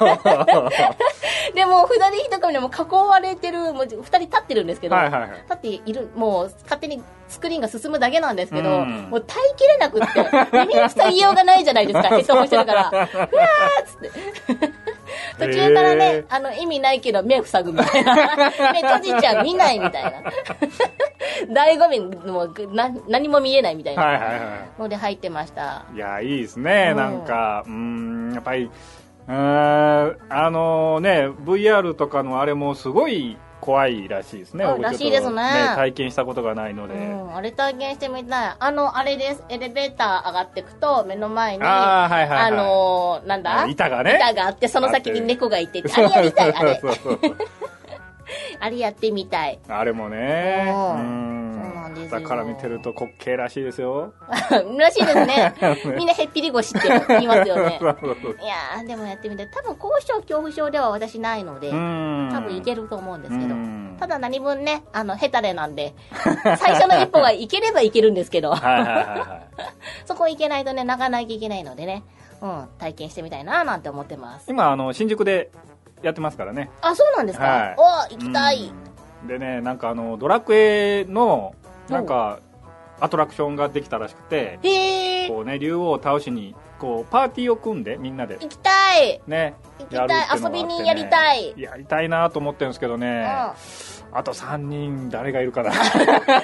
[SPEAKER 1] <laughs> でも、二人一組でも囲われてる、もう二人立ってるんですけど、
[SPEAKER 2] はいはいはい
[SPEAKER 1] 立っている、もう勝手にスクリーンが進むだけなんですけど、
[SPEAKER 2] うん
[SPEAKER 1] もう耐えきれなく
[SPEAKER 2] <laughs>
[SPEAKER 1] って、耳に塞ぎようがないじゃないですか、ヘッドホンしてるから。うわーっつって。途中からね、
[SPEAKER 2] へー
[SPEAKER 1] あの、意味ないけど目塞ぐみたい
[SPEAKER 2] <laughs>
[SPEAKER 1] な。目閉じちゃう見ないみたいな。醍醐味、もうな何も見えないみたいな。
[SPEAKER 2] はいはいは
[SPEAKER 1] ので入ってました。
[SPEAKER 2] い。いや、いいですね。
[SPEAKER 1] うん
[SPEAKER 2] なんか、うーん、やっぱり、うーんあのね、VR とかのあれもすごい怖いらしいですね、
[SPEAKER 1] うん
[SPEAKER 2] 僕
[SPEAKER 1] らしいですね
[SPEAKER 2] ちょっと体験したことがないので、
[SPEAKER 1] うん、あれ体験してみたい。あの、あれです。エレベーター上がっていくと、目の前に、
[SPEAKER 2] ああはいはい、はい、
[SPEAKER 1] あのーなんだ
[SPEAKER 2] 板がね
[SPEAKER 1] 板があって、その先に猫がいてって、あれやりたい、あれ。
[SPEAKER 2] そうそうそう
[SPEAKER 1] あれやってみたい。
[SPEAKER 2] あれもね
[SPEAKER 1] う
[SPEAKER 2] うん
[SPEAKER 1] そうなん
[SPEAKER 2] ん
[SPEAKER 1] ですよ
[SPEAKER 2] だから見てると滑稽らしいですよ。
[SPEAKER 1] らしいですね。みんなへっぴり腰って言いますよね
[SPEAKER 2] そうそうそう
[SPEAKER 1] いやー、でもやってみたい。多分、高所恐怖症では私ないので、多
[SPEAKER 2] 多
[SPEAKER 1] 分いけると思うんですけど。
[SPEAKER 2] うん
[SPEAKER 1] ただ何分ね、あの、ヘタレなんで、最初の一歩がいければいけるんですけど、
[SPEAKER 2] はいはいはいはい
[SPEAKER 1] そこいけないとね、泣かないといけないのでね、うん、体験してみたいななんて思ってます。
[SPEAKER 2] 今あの新宿でやってますからね
[SPEAKER 1] あ、そうなんですか、
[SPEAKER 2] は
[SPEAKER 1] お
[SPEAKER 2] い
[SPEAKER 1] 行きたい、
[SPEAKER 2] うんでねなんかあのドラクエのなんかアトラクションができたらしくて
[SPEAKER 1] へえ
[SPEAKER 2] こうね竜王を倒しにこうパーティーを組んでみんなで
[SPEAKER 1] 行きたい
[SPEAKER 2] ね
[SPEAKER 1] 行き
[SPEAKER 2] やる
[SPEAKER 1] た
[SPEAKER 2] っ
[SPEAKER 1] い
[SPEAKER 2] て
[SPEAKER 1] 遊
[SPEAKER 2] のがあってね
[SPEAKER 1] びにやりたい、
[SPEAKER 2] やりたいなと思ってるんですけどねあと3人誰がいるかな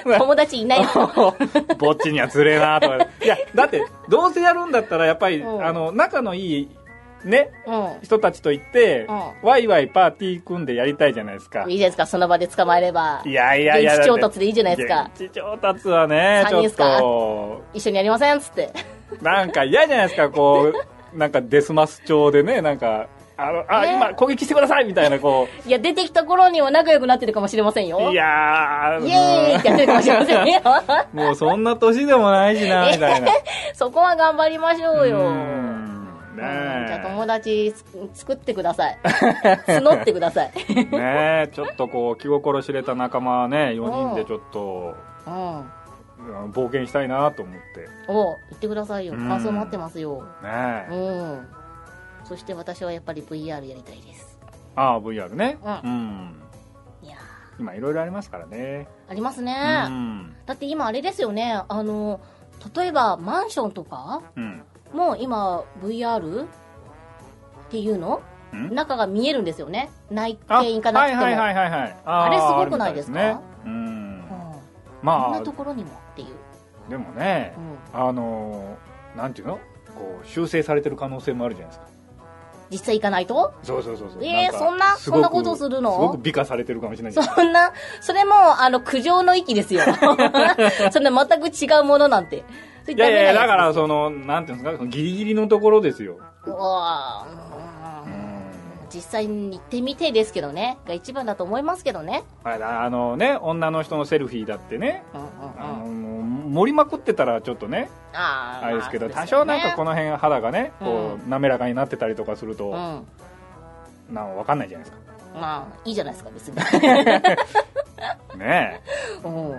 [SPEAKER 1] うん、友達いないの
[SPEAKER 2] <laughs> ぼっちにはつれえなとかいやだってどうせやるんだったらやっぱり
[SPEAKER 1] うん
[SPEAKER 2] あの仲のいいね
[SPEAKER 1] う
[SPEAKER 2] 人たちと行って
[SPEAKER 1] う
[SPEAKER 2] ワイワイパーティー組んでやりたいじゃないですか
[SPEAKER 1] んいいじゃないですかその場で捕まえれば
[SPEAKER 2] いやいやいや
[SPEAKER 1] 現地調達でいいじゃないですか
[SPEAKER 2] 現地調達は
[SPEAKER 1] 三
[SPEAKER 2] ねち
[SPEAKER 1] 人
[SPEAKER 2] ょ
[SPEAKER 1] で
[SPEAKER 2] っ
[SPEAKER 1] すか
[SPEAKER 2] と
[SPEAKER 1] 一緒にやりませんっつって
[SPEAKER 2] なんか嫌じゃないですかこう <laughs> なんかデスマス調でねなんかあのあ、
[SPEAKER 1] ね
[SPEAKER 2] 今攻撃してくださいみたいなこ
[SPEAKER 1] いや出てきた頃には仲良くなってるかもしれませんよ
[SPEAKER 2] ういやー
[SPEAKER 1] イエーイってやってるかもしれませんよ <laughs>
[SPEAKER 2] もうそんな年でもないしなみたいな
[SPEAKER 1] そこは頑張りましょうよ
[SPEAKER 2] う
[SPEAKER 1] うん
[SPEAKER 2] ん
[SPEAKER 1] じ
[SPEAKER 2] ね
[SPEAKER 1] ゃあ友達つ作ってくださ
[SPEAKER 2] <laughs>
[SPEAKER 1] い募ってください、
[SPEAKER 2] えねえちょっとこう気心知れた仲間はね4人でちょっと
[SPEAKER 1] うん、おう
[SPEAKER 2] うん冒険したいなと思ってね
[SPEAKER 1] 言ってくださいよ
[SPEAKER 2] うん
[SPEAKER 1] 感想待ってますよ
[SPEAKER 2] え
[SPEAKER 1] うんそして私はやっぱり VR やりたいです
[SPEAKER 2] ああ VR ね
[SPEAKER 1] うん
[SPEAKER 2] うん
[SPEAKER 1] いやー
[SPEAKER 2] 今いろいろありますからね
[SPEAKER 1] ありますね、
[SPEAKER 2] うん
[SPEAKER 1] だって今あれですよねあの例えばマンションとか
[SPEAKER 2] うん
[SPEAKER 1] もう今 VR っていうの
[SPEAKER 2] ん
[SPEAKER 1] 中が見えるんですよね内
[SPEAKER 2] あ
[SPEAKER 1] 見行かなくても、
[SPEAKER 2] はいはいはいはいはいあー
[SPEAKER 1] あれすごくないですか
[SPEAKER 2] あるみたいですねうん
[SPEAKER 1] うんこん
[SPEAKER 2] ま
[SPEAKER 1] なところにもっていう、
[SPEAKER 2] あでもね
[SPEAKER 1] うん、
[SPEAKER 2] あのーなんていうのこう修正されてる可能性もあるじゃないですか
[SPEAKER 1] 実際行かないと <laughs>
[SPEAKER 2] そうそうそうそう
[SPEAKER 1] えー
[SPEAKER 2] か
[SPEAKER 1] そんな
[SPEAKER 2] すご
[SPEAKER 1] そん
[SPEAKER 2] く
[SPEAKER 1] なことするの
[SPEAKER 2] すごく美化されてるかもしれないじ
[SPEAKER 1] <laughs>
[SPEAKER 2] ゃない
[SPEAKER 1] そんなそれもあの苦情の域
[SPEAKER 2] <laughs>
[SPEAKER 1] ですよそんな全く違うものなんてそれ
[SPEAKER 2] いやいやいやだから
[SPEAKER 1] う
[SPEAKER 2] そのなんていうんですかそのギリギリのところですよう
[SPEAKER 1] わ
[SPEAKER 2] ん
[SPEAKER 1] 実際に行ってみてですけどねが一番だと思いますけどね
[SPEAKER 2] あれだあのね女の人のセルフィーだってね
[SPEAKER 1] うんうん
[SPEAKER 2] あ
[SPEAKER 1] う
[SPEAKER 2] の
[SPEAKER 1] ん
[SPEAKER 2] もう盛りまくってたらちょっとね
[SPEAKER 1] あー
[SPEAKER 2] あれですけど
[SPEAKER 1] まあ
[SPEAKER 2] 多少なん
[SPEAKER 1] そう
[SPEAKER 2] か
[SPEAKER 1] です
[SPEAKER 2] こ
[SPEAKER 1] よね
[SPEAKER 2] の辺肌がねこ
[SPEAKER 1] う
[SPEAKER 2] う滑らかになってたりとかすると
[SPEAKER 1] うん
[SPEAKER 2] なんかわかんないじゃないです
[SPEAKER 1] まあいいじゃないですか別に、 <laughs>
[SPEAKER 2] かねえ
[SPEAKER 1] うん、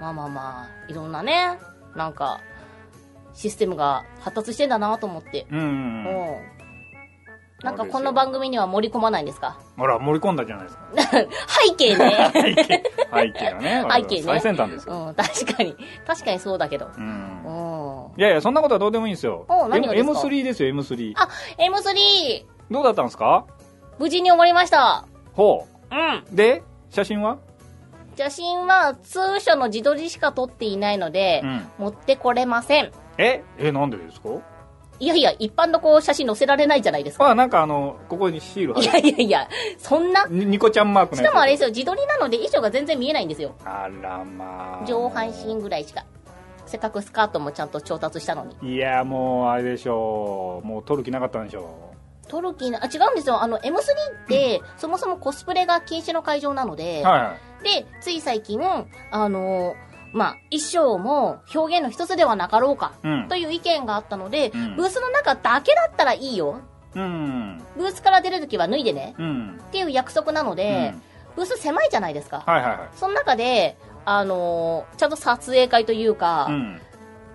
[SPEAKER 1] まあまあまあいろんなねなんかシステムが発達してんだなと思って、
[SPEAKER 2] う
[SPEAKER 1] うんん、なんかこの番組には盛り込まないんですか
[SPEAKER 2] ほら盛り込んだじゃないですか
[SPEAKER 1] 背景 <laughs> ね、
[SPEAKER 2] 背景背景がね
[SPEAKER 1] <laughs> 背景ね
[SPEAKER 2] 最先端ですよ、
[SPEAKER 1] うん、確かに確かにそうだけど、
[SPEAKER 2] う、
[SPEAKER 1] うんん、
[SPEAKER 2] いやいやそんなことはどうでもいいんですよ
[SPEAKER 1] お何がですか
[SPEAKER 2] M3 ですよ M3
[SPEAKER 1] あ M3
[SPEAKER 2] どうだったんですか
[SPEAKER 1] 無事に終わりました
[SPEAKER 2] ほ
[SPEAKER 1] うん
[SPEAKER 2] うで写真は
[SPEAKER 1] 写真は通所の自撮りしか撮っていないので、
[SPEAKER 2] うん
[SPEAKER 1] 持ってこれません
[SPEAKER 2] ええなんでですか
[SPEAKER 1] いやいや一般のこう写真載せられないじゃないですか
[SPEAKER 2] あなんかあのここにシール貼
[SPEAKER 1] い
[SPEAKER 2] る
[SPEAKER 1] やいやいやそんな
[SPEAKER 2] にニコちゃんマーク
[SPEAKER 1] し
[SPEAKER 2] のやつ
[SPEAKER 1] かもあれですよ自撮りなので衣装が全然見えないんですよ
[SPEAKER 2] あらまあ
[SPEAKER 1] 上半身ぐらいしかせっかくスカートもちゃんと調達したのに
[SPEAKER 2] いやもうあれでしょうもう撮る気なかったんでしょ
[SPEAKER 1] トルキーのあ違うんですよあの M3 って、そもそもコスプレが禁止の会場なので、
[SPEAKER 2] うは
[SPEAKER 1] でつい最近あのまあ衣装も表現の一つではなかろうか
[SPEAKER 2] いうん
[SPEAKER 1] という意見があったので、
[SPEAKER 2] うん
[SPEAKER 1] ブースの中だけだったらいいよ
[SPEAKER 2] うん
[SPEAKER 1] ブースから出るときは脱いでね
[SPEAKER 2] うん
[SPEAKER 1] っていう約束なので
[SPEAKER 2] う、ん
[SPEAKER 1] ブース狭いじゃないですか、
[SPEAKER 2] はいはいはい
[SPEAKER 1] その中であのーちゃんと撮影会というか、
[SPEAKER 2] うん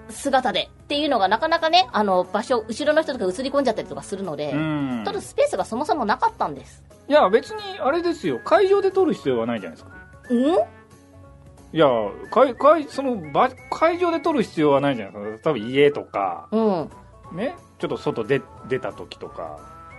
[SPEAKER 1] 姿でっていうのがなかなかねあの場所後ろの人とか映り込んじゃったりとかするので、
[SPEAKER 2] うん
[SPEAKER 1] 撮るスペースがそもそもなかったんです
[SPEAKER 2] いや別にあれですよ会場で撮る必要はないじゃないですか
[SPEAKER 1] うん
[SPEAKER 2] いや会会その場会場で撮る必要はないじゃないですか多分家とか
[SPEAKER 1] うん
[SPEAKER 2] ねちょっと外で出た時とか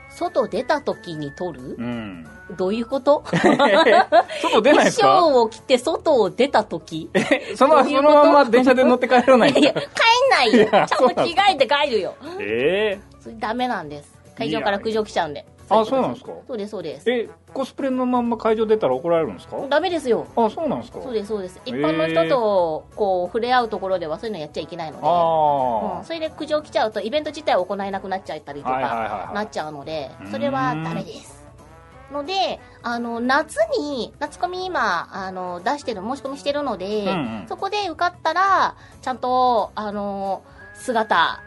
[SPEAKER 1] 外出た時に撮る
[SPEAKER 2] うん
[SPEAKER 1] <laughs> どういうこと
[SPEAKER 2] 外出ないですか
[SPEAKER 1] 衣装を着て外を出た時い
[SPEAKER 2] その
[SPEAKER 1] どういう
[SPEAKER 2] そ
[SPEAKER 1] こと
[SPEAKER 2] のまま電車で乗って帰らない
[SPEAKER 1] やいや帰んないよ
[SPEAKER 2] い
[SPEAKER 1] ちゃん
[SPEAKER 2] や
[SPEAKER 1] と着替えて帰るよ
[SPEAKER 2] ええ
[SPEAKER 1] それダメなんです会場から苦情来ちゃうんで
[SPEAKER 2] あそうなんですか
[SPEAKER 1] そうですそうです
[SPEAKER 2] えコスプレのまんま会場出たら怒られるんですか
[SPEAKER 1] ダメですよ
[SPEAKER 2] あそうなんですか
[SPEAKER 1] そう
[SPEAKER 2] す
[SPEAKER 1] ですそうです一般の人とこう触れ合うところではそういうのやっちゃいけないので、
[SPEAKER 2] あ
[SPEAKER 1] うん、それで苦情来ちゃうとイベント自体を行えなくなっちゃったりと
[SPEAKER 2] あはいはい
[SPEAKER 1] か
[SPEAKER 2] はいは
[SPEAKER 1] ないっちゃうので
[SPEAKER 2] うん
[SPEAKER 1] それはダメですのであの夏に夏コミ今あの出してる申し込みしてるので、
[SPEAKER 2] うんうん
[SPEAKER 1] そこで受かったらちゃんとあの姿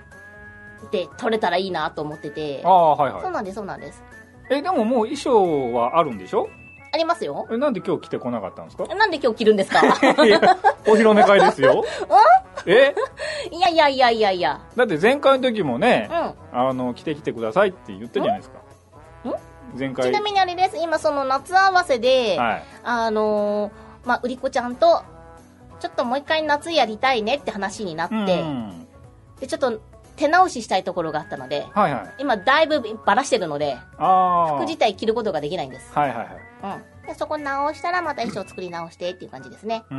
[SPEAKER 1] で撮れたらいいなと思ってて
[SPEAKER 2] ああはい
[SPEAKER 1] そう
[SPEAKER 2] は
[SPEAKER 1] なんですそうなんです
[SPEAKER 2] いえでももう衣装はあるんでしょ
[SPEAKER 1] ありますよ
[SPEAKER 2] えなんで今日着てこなかったんですか
[SPEAKER 1] なんで今日着るんです
[SPEAKER 2] <laughs>
[SPEAKER 1] か
[SPEAKER 2] いや <laughs> お披露目会で
[SPEAKER 1] <laughs>
[SPEAKER 2] すよ <laughs> え
[SPEAKER 1] いやいやいやいやいや
[SPEAKER 2] だって前回の時もね
[SPEAKER 1] うん
[SPEAKER 2] あの着てきてくださいって言ったじゃないですか
[SPEAKER 1] んん
[SPEAKER 2] 前
[SPEAKER 1] ち
[SPEAKER 2] 回
[SPEAKER 1] なみにあれです今その夏合わせで、
[SPEAKER 2] はい
[SPEAKER 1] あのーまあ、売り子ちゃんと、ちょっともう一回夏やりたいねって話になって、
[SPEAKER 2] うんうん
[SPEAKER 1] で、ちょっと手直ししたいところがあったので、
[SPEAKER 2] はいはい
[SPEAKER 1] 今だいぶバラしてるので、
[SPEAKER 2] ああ
[SPEAKER 1] 服自体着ることができないんです。
[SPEAKER 2] はいはいはい
[SPEAKER 1] うん。で、そこ直したらまた衣装作り直してっていう感じですね。
[SPEAKER 2] うー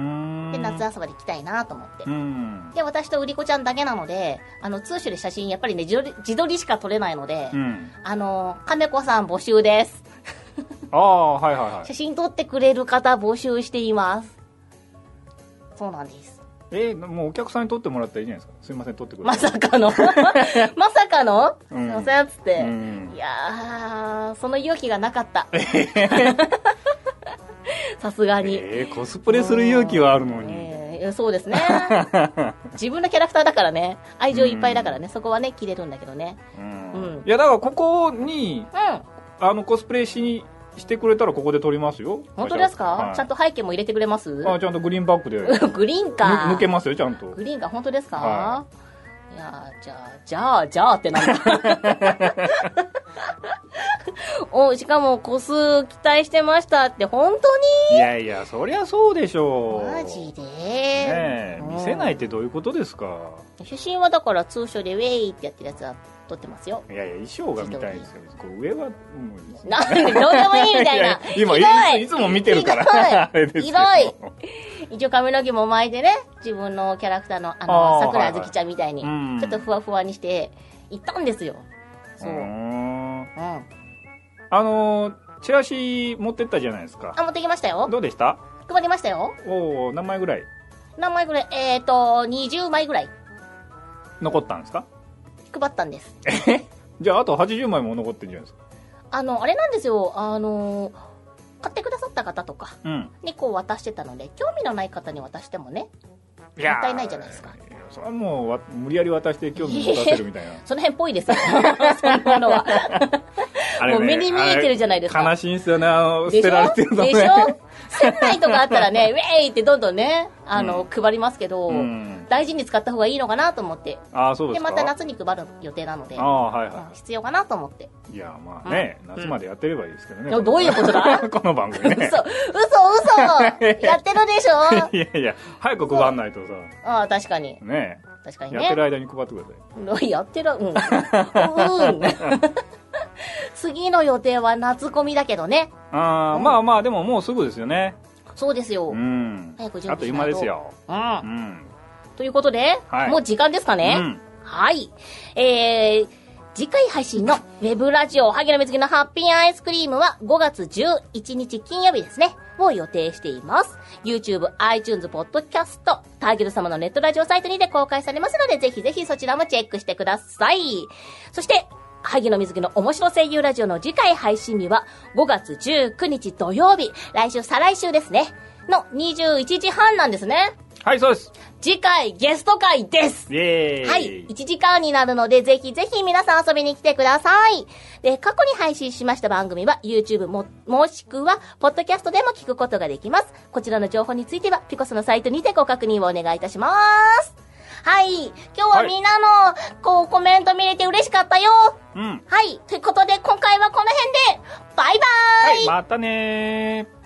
[SPEAKER 2] ん
[SPEAKER 1] で、夏遊ばで着たいなと思って
[SPEAKER 2] う。ん
[SPEAKER 1] で、私と売り子ちゃんだけなので、あの、通所で写真やっぱりね、自撮り自撮りしか撮れないので、
[SPEAKER 2] うん
[SPEAKER 1] あのー、亀子さん募集です。
[SPEAKER 2] ああはいはい
[SPEAKER 1] <laughs>
[SPEAKER 2] はい
[SPEAKER 1] 写真撮ってくれる方募集しています。そうなんです。
[SPEAKER 2] えーもうお客さんに撮ってもらったらいいじゃないですかすいません撮ってくだ
[SPEAKER 1] ま
[SPEAKER 2] さい
[SPEAKER 1] さか
[SPEAKER 2] <laughs>
[SPEAKER 1] のまさかの、
[SPEAKER 2] うん
[SPEAKER 1] すいませんっつって、
[SPEAKER 2] うん
[SPEAKER 1] いやーその勇気がなかった <laughs> さすがに、
[SPEAKER 2] えーコスプレする勇気はあるのに
[SPEAKER 1] えーいやそう
[SPEAKER 2] <laughs>
[SPEAKER 1] ですね自分のキャラクターだからね愛情いっぱいだからね、そこはね切れるんだけどね
[SPEAKER 2] うん
[SPEAKER 1] うん
[SPEAKER 2] いやだからここに
[SPEAKER 1] うん
[SPEAKER 2] あのコスプレしにしてくれたらここで撮りますよ
[SPEAKER 1] 本当ですか、
[SPEAKER 2] はい
[SPEAKER 1] ちゃんと背景も入れてくれます
[SPEAKER 2] あちゃんとグリーンバックで
[SPEAKER 1] <laughs> グリーンか
[SPEAKER 2] 抜けますよちゃんと
[SPEAKER 1] グリーンか本当ですか、、
[SPEAKER 2] はい
[SPEAKER 1] やーじゃあじゃあじゃあって
[SPEAKER 2] <laughs>
[SPEAKER 1] なんだおしかも個数期待してましたって本当に
[SPEAKER 2] いやいやそりゃそうでしょう
[SPEAKER 1] マジで、
[SPEAKER 2] ねえ
[SPEAKER 1] うん
[SPEAKER 2] 見せないってどういうことですか
[SPEAKER 1] 写真はだから通所でウェイってやってるやつは撮ってますよ
[SPEAKER 2] いやいや衣装が見たいんですよこう上はもう <laughs>
[SPEAKER 1] なんでどうでもいいみたいな
[SPEAKER 2] や <laughs> 今
[SPEAKER 1] ひど
[SPEAKER 2] いつも見てるから <laughs> あれですけど
[SPEAKER 1] ひど一応髪の毛も巻いてね自分のキャラクターのあの
[SPEAKER 2] あー
[SPEAKER 1] 桜あずきちゃんみたいに、
[SPEAKER 2] うん
[SPEAKER 1] ちょっとふわふわにして行ったんですよそう、
[SPEAKER 2] う
[SPEAKER 1] うん
[SPEAKER 2] ー
[SPEAKER 1] あ
[SPEAKER 2] んあのーチラシ持ってったじゃないですか
[SPEAKER 1] 持ってきましたよ
[SPEAKER 2] どうでした
[SPEAKER 1] 配りましたよ
[SPEAKER 2] おお何枚ぐらい
[SPEAKER 1] 何枚ぐらいえっ、ー、と20枚ぐらい
[SPEAKER 2] 残ったんですか
[SPEAKER 1] 配ったんです
[SPEAKER 2] じゃああと80枚も残ってるんじゃないですか
[SPEAKER 1] あのあれなんですよあの買ってくださった方とか
[SPEAKER 2] うん
[SPEAKER 1] にこう渡してたので興味のない方に渡してもね
[SPEAKER 2] い
[SPEAKER 1] もったいないじゃないですか
[SPEAKER 2] やそれはもうわ無理やり渡して興味持たせるみたいな
[SPEAKER 1] その辺っぽいですよ <laughs> そんなのは
[SPEAKER 2] あれね
[SPEAKER 1] もう目に見えてるじゃないですか
[SPEAKER 2] あれ悲しいんですよねあの
[SPEAKER 1] でして
[SPEAKER 2] 捨
[SPEAKER 1] ょ
[SPEAKER 2] られてるのね
[SPEAKER 1] でしょ船内とかあったらねウェイってどんどんねあの、配りますけど、
[SPEAKER 2] うん
[SPEAKER 1] 大事に使った方がいいのかなと思って
[SPEAKER 2] ああそうで
[SPEAKER 1] です
[SPEAKER 2] か
[SPEAKER 1] また夏に配る予定なので
[SPEAKER 2] ああはい
[SPEAKER 1] うん
[SPEAKER 2] は
[SPEAKER 1] 必要かなと思って
[SPEAKER 2] いいやまあね、夏までやってればいいですけどね、
[SPEAKER 1] うんどういうこと
[SPEAKER 2] <laughs>
[SPEAKER 1] だ
[SPEAKER 2] この番組
[SPEAKER 1] 嘘
[SPEAKER 2] ね
[SPEAKER 1] 嘘嘘やってるでしょ
[SPEAKER 2] <laughs> いやいや早く配んないとさ
[SPEAKER 1] ああ確かに
[SPEAKER 2] ね
[SPEAKER 1] 確かに
[SPEAKER 2] やって
[SPEAKER 1] ね
[SPEAKER 2] る間に配ってくださ
[SPEAKER 1] <laughs>
[SPEAKER 2] い
[SPEAKER 1] やってる、うん。う
[SPEAKER 2] <laughs>
[SPEAKER 1] ん。次の予定は夏コミだけどね。
[SPEAKER 2] ああ、
[SPEAKER 1] うん
[SPEAKER 2] まあまあでももうすぐですよね
[SPEAKER 1] そうですよ。
[SPEAKER 2] う
[SPEAKER 1] うん。
[SPEAKER 2] ん
[SPEAKER 1] 早く準備しないと
[SPEAKER 2] あと今ですようん
[SPEAKER 1] ということで、
[SPEAKER 2] はい
[SPEAKER 1] もう時間ですかね。
[SPEAKER 2] うん
[SPEAKER 1] はい。えー、次回配信のウェブラジオ、萩野水着のハッピーアイスクリームは5月11日金曜日ですね。を予定しています。YouTube、iTunes、Podcast、ターゲル様のネットラジオサイトにて公開されますので、ぜひぜひそちらもチェックしてください。そして、萩野水着の面白声優ラジオの次回配信日は5月19日土曜日、来週、再来週ですね。の21時半なんですね。
[SPEAKER 2] はいそうです
[SPEAKER 1] 次回ゲスト会です
[SPEAKER 2] イエーイ
[SPEAKER 1] はい。1時間になるので、ぜひぜひ皆さん遊びに来てください。で、過去に配信しました番組は、YouTube も、もしくは、ポッドキャストでも聞くことができます。こちらの情報については、ピコスのサイトにてご確認をお願いいたします。はい。今日はみんなの、こう、コメント見れて嬉しかったよ。
[SPEAKER 2] うんは
[SPEAKER 1] はい。ということで、今回はこの辺で、バイバーイ、
[SPEAKER 2] いまたねー